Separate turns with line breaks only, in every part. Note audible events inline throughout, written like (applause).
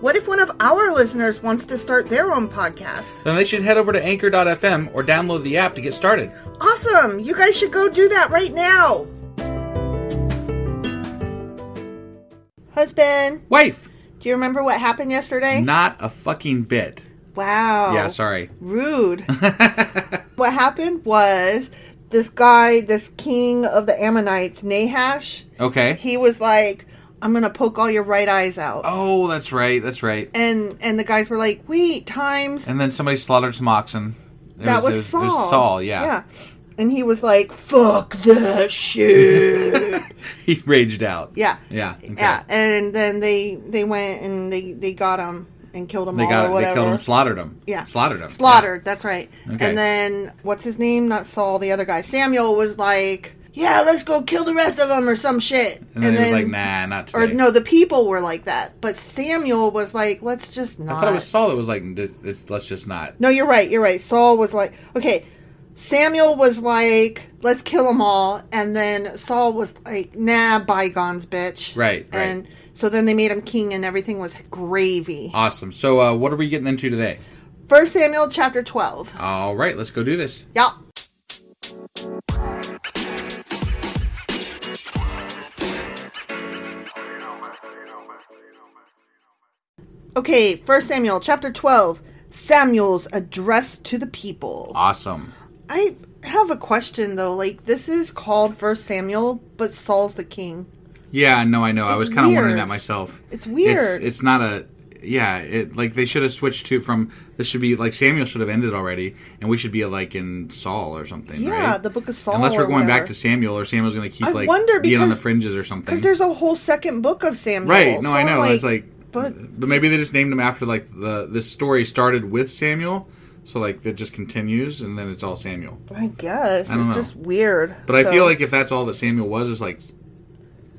what if one of our listeners wants to start their own podcast?
Then they should head over to anchor.fm or download the app to get started.
Awesome! You guys should go do that right now! Husband,
Wife!
do you remember what happened yesterday?
Not a fucking bit.
wow.
Yeah, sorry. (laughs)
Rude. what happened was this guy, this king of the Ammonites, Nahash,
Okay.
he was like, I'm gonna poke all your right eyes out.
Oh, that's right. That's right.
And and the guys were like, Wait, times
And then somebody slaughtered some oxen. It
that was,
it
Saul.
It was Saul, yeah.
Yeah. And he was like, Fuck that
(laughs)
shit.
(laughs) He raged out.
yeah.
Yeah. Okay.
Yeah. And then they they went and they, they got him and killed him
They
all
got
or
it.
whatever.
They killed him. Slaughtered him.
Yeah.
Slaughtered him.
Slaughtered, that's right.
Okay.
And then, what's his name? Not Saul, the other guy. Samuel was like, yeah, let's go kill the rest of them or some shit.
And then he was like, "Nah, not
Or
today."
no, the people were like that. But Samuel was like, let's just
I
not.
thought it was Saul that was like, "D- d- "Let's just not."
No, you're right. You're right. Saul was like, okay. Samuel was like, let's kill them all. And then Saul was like, nah, bygones, bitch.
Right, right.
And So then they made him king and everything was gravy.
Awesome. So, uh, what are we getting into today?
First Samuel chapter 12.
All right, let's go do this.
Yeah. Okay, First Samuel chapter 12. Samuel's address to the people.
Awesome.
I have a question though. Like this is called First Samuel, but Saul's the king.
Yeah, no, I know. I
It's
was kind of wondering
weird.
that myself.
It's weird.
It's, it's not a. Yeah, it like they should have switched to from this should be like Samuel should have ended already, and we should be like in Saul or something.
Yeah,
right?
the book of Saul
Unless we're
or
going back
whatever.
to Samuel, or Samuel's going to keep
I
like
wonder
being on the
because-
fringes or something.
Because there's a whole second book of Samuel.
Right. No,
So
I
I'm
know. it's like,
but
but, maybe they just named him after like the this story started with Samuel, so like it just continues and then it's all Samuel.
I guess
don't
it's
know.
just weird.
But I
So,
feel like if that's all that Samuel was, is like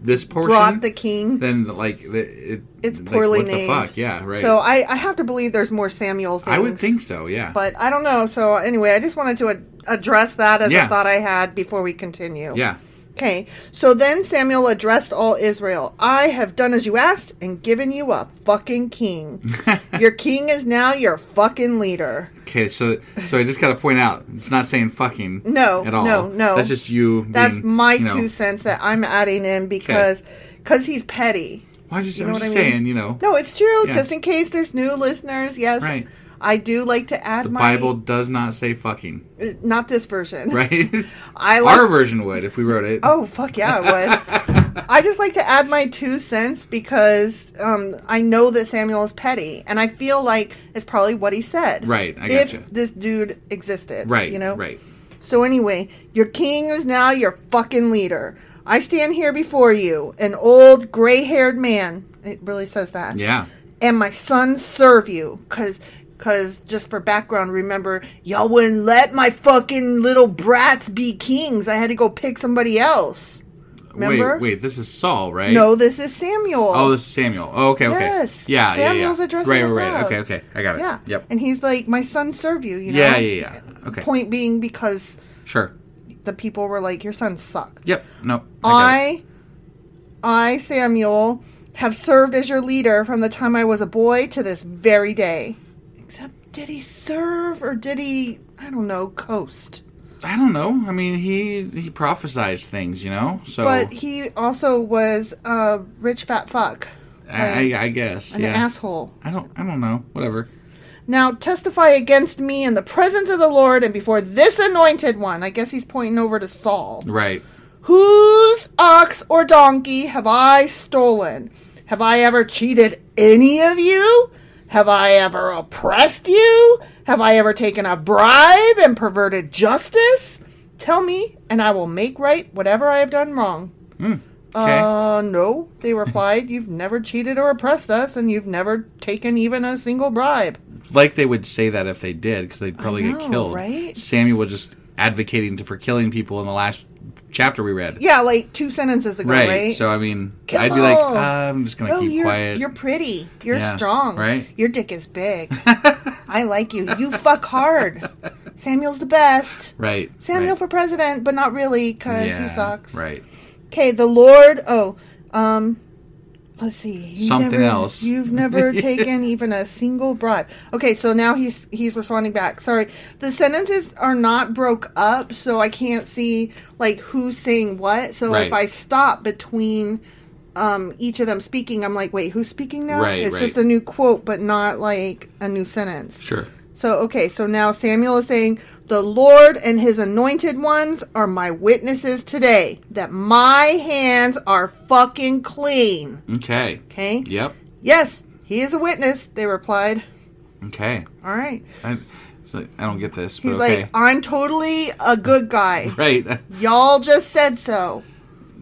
this portion,
brought the king.
then like the, it,
it's
like,
poorly
what
named.
The fuck? Yeah, right.
So I, I have to believe there's more Samuel things.
I would think so. Yeah.
But I don't know. So anyway, I just wanted to ad- address that as
Yeah.
a thought I had before we continue.
yeah.
Okay. So then Samuel addressed all Israel I have done as you asked and given you a fucking king.
(laughs)
your king is now your fucking leader.
Okay. So so I just got to point out, it's not saying fucking
(laughs) No,
at all.
no, no.
That's just you.
That's
being,
my
you know-
two cents that I'm adding in because cause he's petty.
Why just
You
I'm
know what
just
I mean?
saying, you know,
No, it's true.
Yeah.
Just in case there's new listeners, yes,
Right.
I do like to add
the
my
Bible does not say fucking, (laughs)
uh, Not this version,
right?
I (laughs)
(laughs)
like.
Our version would if we wrote it.
oh fuck yeah, it
(laughs)
would. I just like to add my two cents because um, I know that Samuel is petty, and I feel like it's probably what he said.
Right, I
if
gotcha.
this dude existed,
Right.
You know,
Right.
So anyway, your king is now your fucking leader. I stand here before you, an old gray-haired man. It really says that.
Yeah.
And my sons serve you, cause, cause just for background, remember y'all wouldn't let my fucking little brats be kings. I had to go pick somebody else. Remember?
Wait, wait. This is Saul, right?
No, this is Samuel.
Oh, this is Samuel. Oh, okay, okay.
Yes.
Yeah, yeah,
Samuel's
yeah.
addressing
Right,
the
right, right.
crowd.
Okay, okay. I got it.
yeah.
Yep.
And he's like, my sons serve you. You know.
yeah, yeah, yeah. Okay.
Point being, because
Sure.
the people were like, your sons suck.
Yep. No. I. got it.
I, I, Samuel, have served as your leader from the time I was a boy to this very day. Except, did he serve or did he, I don't know, coast?
I don't know. I mean, he he prophesized things, you know. So
But he also was a rich fat fuck,
I, I, I guess.
an
yeah.
asshole.
I don't. I don't know. Whatever.
Now testify against me in the presence of the Lord and before this anointed one. I guess he's pointing over to Saul.
Right.
Whose ox or donkey have I stolen? Have I ever cheated any of you? Have I ever oppressed you? Have I ever taken a bribe and perverted justice? Tell me, and I will make right whatever I have done wrong.
Okay.
Uh, no, they replied. You've never cheated or oppressed us, and you've never taken even a single bribe.
like they would say that if they did, because they'd probably
know,
get killed.
right?
Samuel was just advocating to, for killing people in the last chapter we read.
Yeah, like two sentences ago,
Right.
right?
So I mean,
Come
I'd be like,
on.
"Ah, I'm just gonna
No,
keep
you're,
quiet.
You're pretty. You're
Yeah,
strong.
right?
Your dick
(laughs)
is big. I like you. You fuck hard. Samuel's the best.
right.
Samuel
right.
for president, but not really because he
Yeah,
sucks.
Right.
Okay, the Lord. Oh, um, let's see. You
Something
never-
else. (laughs)
You've never taken even a single bribe. Okay, so now he's he's responding back. Sorry, the sentences are not broke up, so I can't see like who's saying what. So
Right.
if I stop between um each of them speaking, I'm like, wait, who's speaking now?
Right,
it's
right.
just a new quote, but not like a new sentence.
Sure.
So, okay, so now Samuel is saying, The Lord and his anointed ones are my witnesses today that my hands are fucking clean.
Okay.
Okay?
Yep.
Yes, he is a witness, they replied.
Okay.
All right.
I, it's like, I don't get this. But
He's
okay.
like, I'm totally a good guy.
(laughs) right.
Y'all just said so.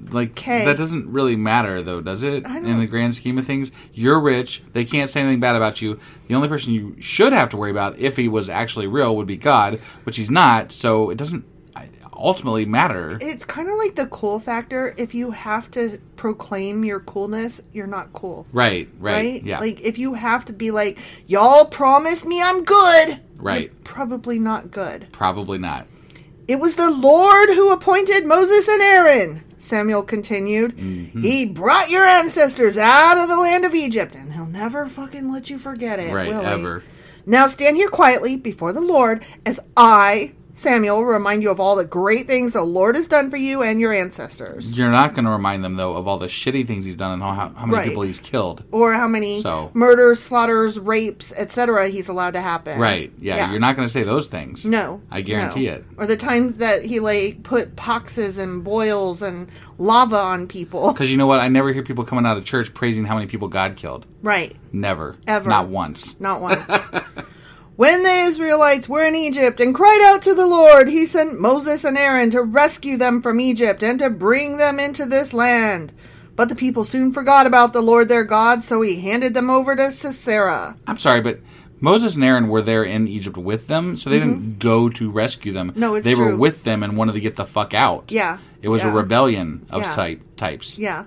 Like
Okay.
that doesn't really matter though, does it?
I
In
don't-
the grand scheme of things, you're rich. They can't say anything bad about you. The only person you should have to worry about, if he was actually real, would be God, which he's not. So it doesn't I- ultimately matter.
It's kind of like the cool factor. If you have to proclaim your coolness, you're not cool.
right. Right.
Right?
Yeah.
Like, if you have to be like, Y'all promised me I'm good,
right.
probably not good.
Probably not.
It was the Lord who appointed Moses and Aaron, Samuel continued.
Mm-hmm.
He brought your ancestors out of the land of Egypt, and he'll never fucking let you forget it,
Right,
will he?
ever.
Now stand here quietly before the Lord as I, Samuel, remind you of all the great things the Lord has done for you and your ancestors.
You're not going to remind them though of all the shitty things he's done and how, how many
Right.
people he's killed.
Or how many
So-
murders, slaughters, rapes, etc. he's allowed to happen.
Right? Yeah, you're not going to say those things.
No.
I guarantee
no.
it.
Or the times that he like put poxes and boils and lava on people.
Because you know what? I never hear people coming out of church praising how many people God killed.
Right.
Never.
Ever.
Not once. (laughs)
Not once. when the Israelites were in Egypt and cried out to the Lord, he sent Moses and Aaron to rescue them from Egypt and to bring them into this land. But the people soon forgot about the Lord their God, so he handed them over to Sisera.
I'm sorry, but Moses and Aaron were there in Egypt with them, so they didn't go to rescue them.
Mm-hmm. No, it's
they were
true.
with them and wanted to get the fuck out.
Yeah,
It was a
yeah.
rebellion of
Yeah.
type types.
Yeah.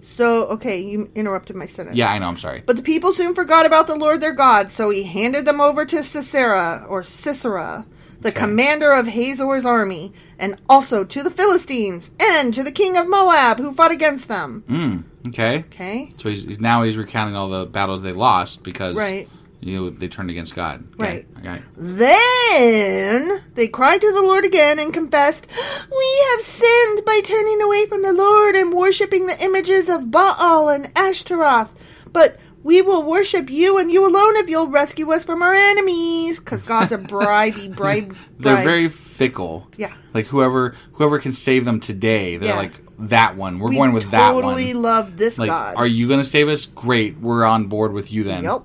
So, okay, you interrupted my sentence.
Yeah, I know. I'm sorry.
But the people soon forgot about the Lord their God, so he handed them over to Sisera, or Sisera, the commander of Hazor's army, and also to the Philistines, and to the king of Moab, who fought against them.
Hmm? okay.
Okay?
So he's, he's now he's recounting all the battles they lost because
Right.
you know they turned against God. Okay.
Right.
Okay.
Then they cried to the Lord again and confessed, We have sinned by turning away from the Lord and worshipping the images of Baal and Ashtaroth. But we will worship you and you alone if you'll rescue us from our enemies. Because
(laughs)
God's a bribey, bribe.
They're
bribe.
very fickle.
Yeah.
Like whoever whoever can save them today, they're
Yeah.
like that one. We're
We
going with
Totally
that one.
love this
Like,
god.
are you going to save us? Great, we're on board with you then.
Yep.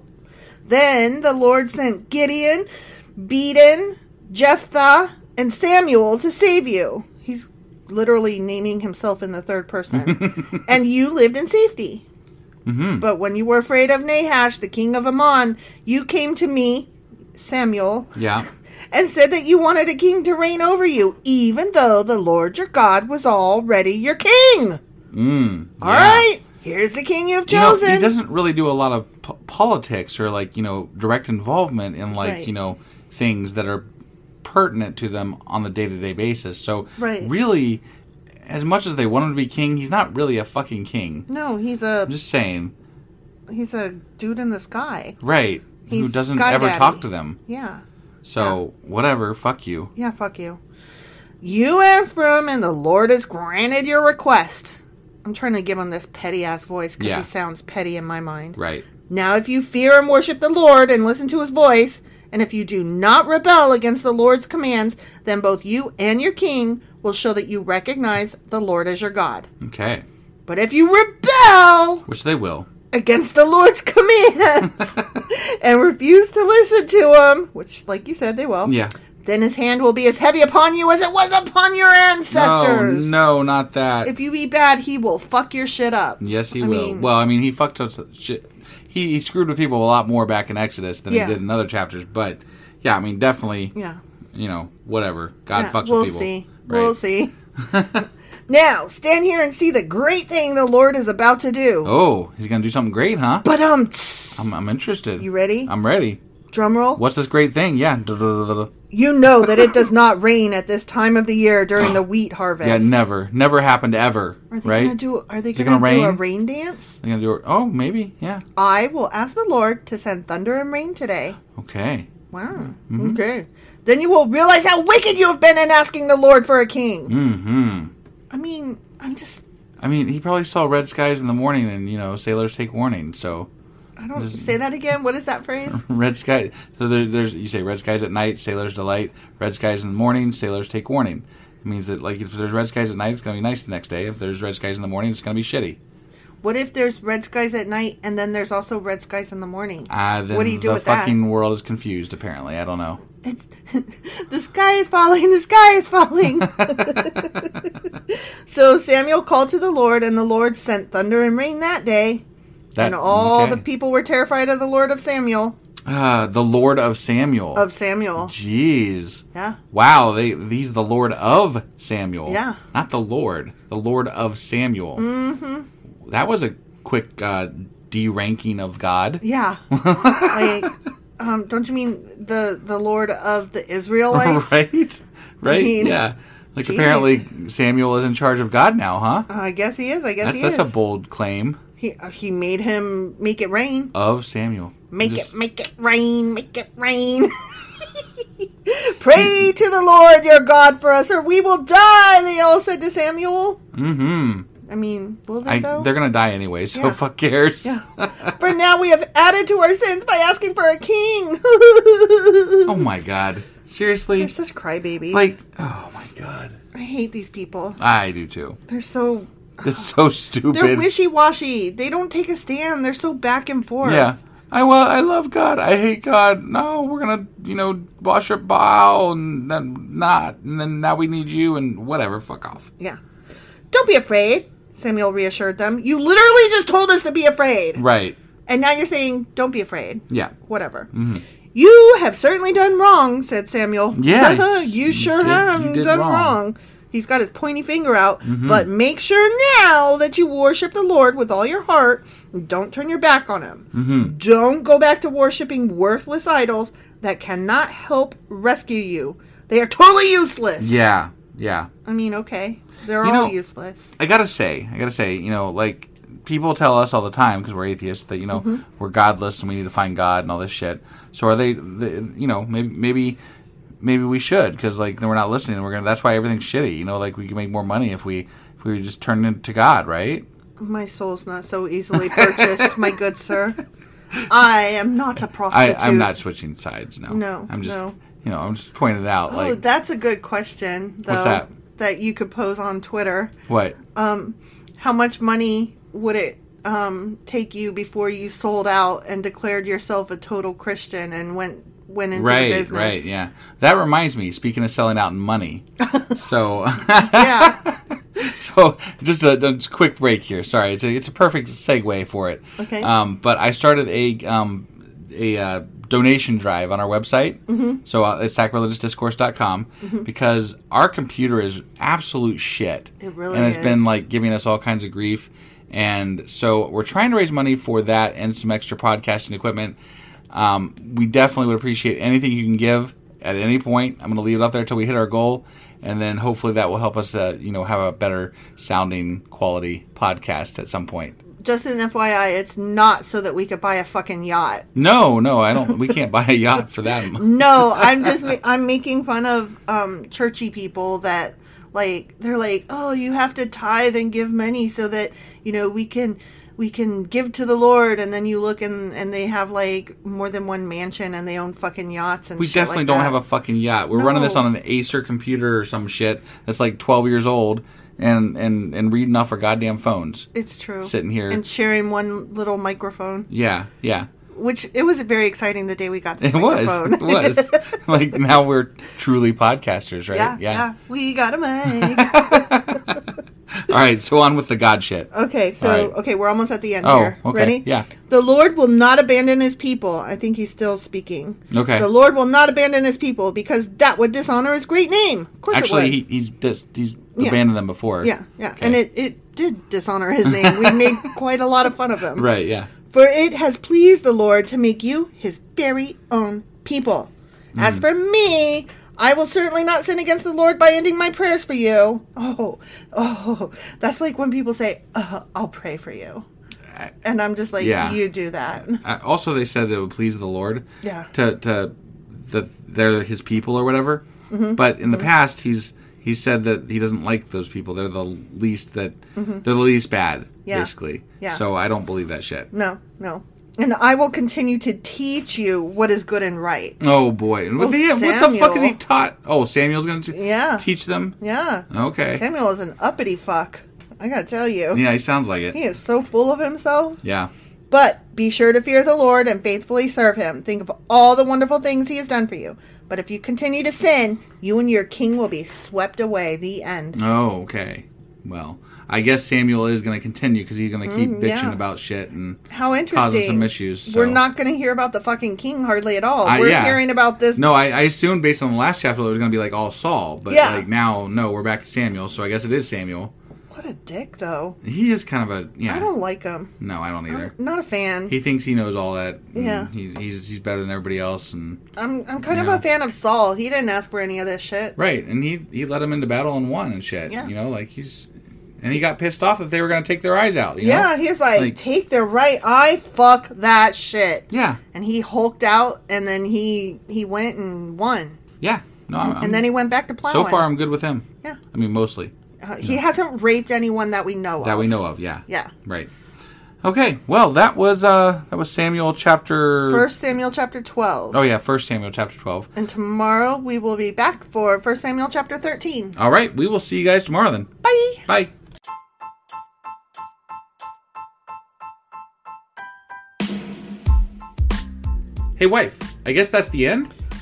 Then the Lord sent Gideon, Beden, Jephthah, and Samuel to save you. He's literally naming himself in the
(laughs)
third person. and you lived in safety.
Mm-hmm.
But when you were afraid of Nahash, the king of Ammon, you came to me, Samuel, (laughs)
Yeah.
and said that you wanted a king to reign over you, even though the Lord your God was already your king. All
yeah.
right, here's the king you've
You know,
chosen.
he doesn't really do a lot of po- politics or like you know direct involvement in like
Right.
you know things that are pertinent to them on the day to day basis. So
Right.
really, as much as they want him to be king, he's not really a fucking king.
no, he's a
I'm just saying,
he's a dude in the sky.
right? who
He's
doesn't
Sky
ever
Daddy.
talk to them?
Yeah.
So whatever, fuck you.
Yeah, fuck you. You asked for him, and the Lord has granted your request. I'm trying to give him this petty ass voice because
Yeah.
he sounds petty in my mind.
Right.
Now, if you fear and worship the Lord and listen to his voice, and if you do not rebel against the Lord's commands, then both you and your king will show that you recognize the Lord as your God.
Okay.
But if you rebel
Which they will.
against the Lord's
(laughs)
(laughs) commands and refuse to listen to him, which, like you said, they will.
Yeah.
Then his hand will be as heavy upon you as it was upon your ancestors.
Oh, No, no, not that.
If you be bad, he will fuck your shit up.
yes, he
I
will.
mean-
well, I mean, he fucked us. Shit. He, he screwed with people a lot more back in Exodus than
Yeah.
he did in other chapters. But yeah, I mean, definitely.
Yeah.
You know, whatever. God
Yeah,
fucks
we'll
with people.
see.
Right.
We'll see. (laughs) now, stand here and see the great thing the Lord is about to do.
Oh, he's gonna do something great, huh?
But um,
I'm, I'm interested.
You ready?
I'm ready.
drum roll.
What's this great thing? Yeah. duh-duh-duh-duh-duh.
You know that it does not rain at this time of the
(gasps)
year during the wheat harvest.
Yeah. Never, never happened ever.
Are they
right?
gonna do? Are they
Is it
gonna,
gonna
do a
rain?
rain dance?
They're gonna do it. Oh, maybe. Yeah.
I will ask the Lord to send thunder and rain today.
Okay.
Wow. Okay. Then you will realize how wicked you have been in asking the Lord for a king. Mm-hmm. I mean, I'm just.
I mean, he probably saw red skies in the morning, and you know, sailors take warning. So. (laughs)
I don't say that again. What is that phrase?
Red sky. So there, there's you say red skies at night, sailors delight. Red skies in the morning, sailors take warning. It means that like if there's red skies at night, it's gonna be nice the next day. If there's red skies in the morning, it's gonna be shitty.
What if there's red skies at night and then there's also red skies in the morning?
Ah, then
what do you do
the
with
fucking world is confused. Apparently, I don't know.
that? (laughs) The sky is falling. The sky is falling. (laughs) so Samuel called to the Lord, and the Lord sent thunder and rain that day.
That,
and all the
okay.
people were terrified of the Lord of Samuel.
Ah, the Lord of Samuel.
Of Samuel.
Jeez.
Yeah.
Wow. They he's the Lord of Samuel.
Yeah.
Not the Lord. The Lord of Samuel. Mm-hmm. That was a quick uh, deranking of God. (laughs)
Yeah. like, um, don't you mean the the Lord of the
(laughs)
Israelites?
right? Right?
I mean-
yeah. Like apparently Samuel is in charge of God now, huh?
I guess he is. I guess
that's
he
that's
is.
a bold claim
he uh, he made him make it rain.
of Samuel.
Make
Uh, Just-
it, make it rain, make it rain. (laughs) Pray
Mm-hmm.
to the Lord your God for us, or we will die. They all said to Samuel. Mm-hmm. I mean, will they
I,
though?
they're gonna die anyway, so
Yeah.
fuck cares.
for now, we have added to our sins by asking for a king. (laughs)
Oh my god, seriously?
They're such crybabies.
Like, oh my god,
I hate these people.
I do too.
They're so
That's so
they're
stupid.
wishy washy. They don't take a stand. They're so back and forth.
yeah. I well, I love God. I hate God. No, we're gonna, you know, wash up Baal and then not, and then now we need you and whatever. Fuck off.
Yeah. Don't be afraid. Samuel reassured them. You literally just told us to be afraid.
Right.
And now you're saying, don't be afraid.
Yeah.
Whatever.
Mm-hmm.
You have certainly done wrong, said Samuel. (laughs)
Yeah,
you
you
sure
did-
have
you did
done wrong.
wrong." Mm-hmm.
He's got his pointy finger out. But make sure now that you worship the Lord with all your heart. and Don't turn your back on him.
Mm-hmm.
Don't go back to worshiping worthless idols that cannot help rescue you. They are totally useless.
Yeah. Yeah.
I mean, okay. They're
You
all
know-
useless.
I gotta say, I gotta say, you know, like people tell us all the time because we're atheists that you know we're godless and we need to find God and all this shit. So are they? The, you know, maybe maybe maybe we should because like then we're not listening. We're gonna. That's why everything's shitty. You know, like we can make more money if we if we just turn it to God, right?
My soul's not so easily purchased, my
(laughs)
good sir. I am not a
I
prostitute.
I'm not switching sides now.
No,
I'm just
no.
you know I'm just pointing it out.
Oh,
like
that's a good question, though.
that?
That you could pose on Twitter.
what?
How much money would it um, take you before you sold out and declared yourself a total Christian and went went into
right,
the business?
right, yeah. That reminds me. Speaking of selling out in
(laughs)
money, so. (laughs)
yeah.
So just a, just a quick break here. Sorry, it's a, it's a perfect segue for it.
Okay.
Um, but I started a um, a uh, donation drive on our website. Mm-hmm. So uh, it's sacrilegiousdiscourse.com
Mm-hmm.
because our computer is absolute shit.
It really
and it's
is.
been like giving us all kinds of grief. And so we're trying to raise money for that and some extra podcasting equipment. Um, we definitely would appreciate anything you can give at any point. I'm going to leave it up there until we hit our goal, and then hopefully that will help us, uh, you know, have a better sounding quality podcast at some point.
Just an FYI, it's not so that we could buy a fucking yacht.
No, no, I don't. We can't buy a yacht for
(laughs)
that. mu-
No, I'm just ma- I'm making fun of um, churchy people that like they're like, oh, you have to tithe and give money so that you know we can we can give to the Lord, and then you look and and they have like more than one mansion and they own fucking yachts and
We
shit
definitely
like
don't
that.
have a fucking yacht. We're running this
No.
on an Acer computer or some shit that's like 12 years old, and and and reading off our goddamn phones.
It's true.
sitting here.
and sharing one little microphone,
Yeah, yeah.
which it was very exciting the day we got. This
It was.
microphone.
It was. like now we're truly podcasters, right?
(laughs) yeah, yeah, We got a mic.
All right, so on with the god shit.
Okay, so
All right.
okay, we're almost at the end
Oh,
here.
okay,
Ready?
yeah.
The Lord will not abandon his people. I think he's still speaking.
Okay.
The Lord will not abandon his people because that would dishonor his great name. Of course it
Actually,
would.
he, he's dis- he's
Yeah.
abandoned them before.
yeah, yeah. And it, it did dishonor his name.
(laughs)
We made quite a lot of fun of him.
Right. Yeah.
For it has pleased the Lord to make you his very own people.
Mm.
As for me, I will certainly not sin against the Lord by ending my prayers for you. Oh, oh, that's like when people say, uh, I'll pray for you. And I'm just like,
Yeah.
you do that.
I, Uh, also, they said that it would please the Lord.
Yeah.
To to that they're his people or whatever.
Mm-hmm.
But in the past, he's he said that he doesn't like those people. They're the least that they're the least bad.
Mm-hmm. Yeah.
Basically.
Yeah.
So I don't believe that shit.
No, no. And I will continue to teach you what is good and right.
Oh boy! And what,
Oh,
the- what the fuck is he
Samuel.
taught? Oh, Samuel's going to
Yeah.
teach them.
Yeah.
Okay.
Samuel is an uppity fuck. I gotta tell you.
Yeah, he sounds like it.
He is so full of himself.
Yeah.
But be sure to fear the Lord and faithfully serve him. Think of all the wonderful things he has done for you. But if you continue to sin, you and your king will be swept away. The end.
Oh, okay. Well, I guess Samuel is going to continue because he's going to keep bitching
Mm, yeah.
about shit and
How
causing
interesting.
some issues. So.
We're not going to hear about the fucking king hardly at all.
I-
We're
yeah.
hearing about this.
No, I, I assumed based on the last chapter it was going to be like all Saul, but
Yeah.
like now, no, we're back to Samuel. So I guess it is Samuel.
What What a dick, though.
He is kind of a yeah.
I don't like him.
No, I don't either.
Not a fan.
He thinks he knows all that. and
Yeah.
he's, he's he's better than everybody else, and
I'm I'm kind
Yeah.
of a fan of Saul. He didn't ask for any of this shit.
right, and he he led him into battle and won and shit.
Yeah.
You know, like he's and he got pissed off that they were going to take their eyes out. You
Yeah,
know?
he's like, take their right eye. Fuck that shit.
yeah,
And he hulked out, and then he he went and won,
yeah. No, I'm,
and then he went back to plowing.
So far, I'm good with him.
Yeah.
I mean, mostly
Uh, he hasn't raped anyone that we know of.
that we know of. Yeah.
Yeah.
Right. Okay. Well, that was uh that was Samuel chapter.
First Samuel chapter twelve.
Oh yeah, First Samuel chapter twelve.
And tomorrow we will be back for First Samuel chapter thirteen.
All right, we will see you guys tomorrow then.
Bye.
Bye. Hey wife, I guess that's the end?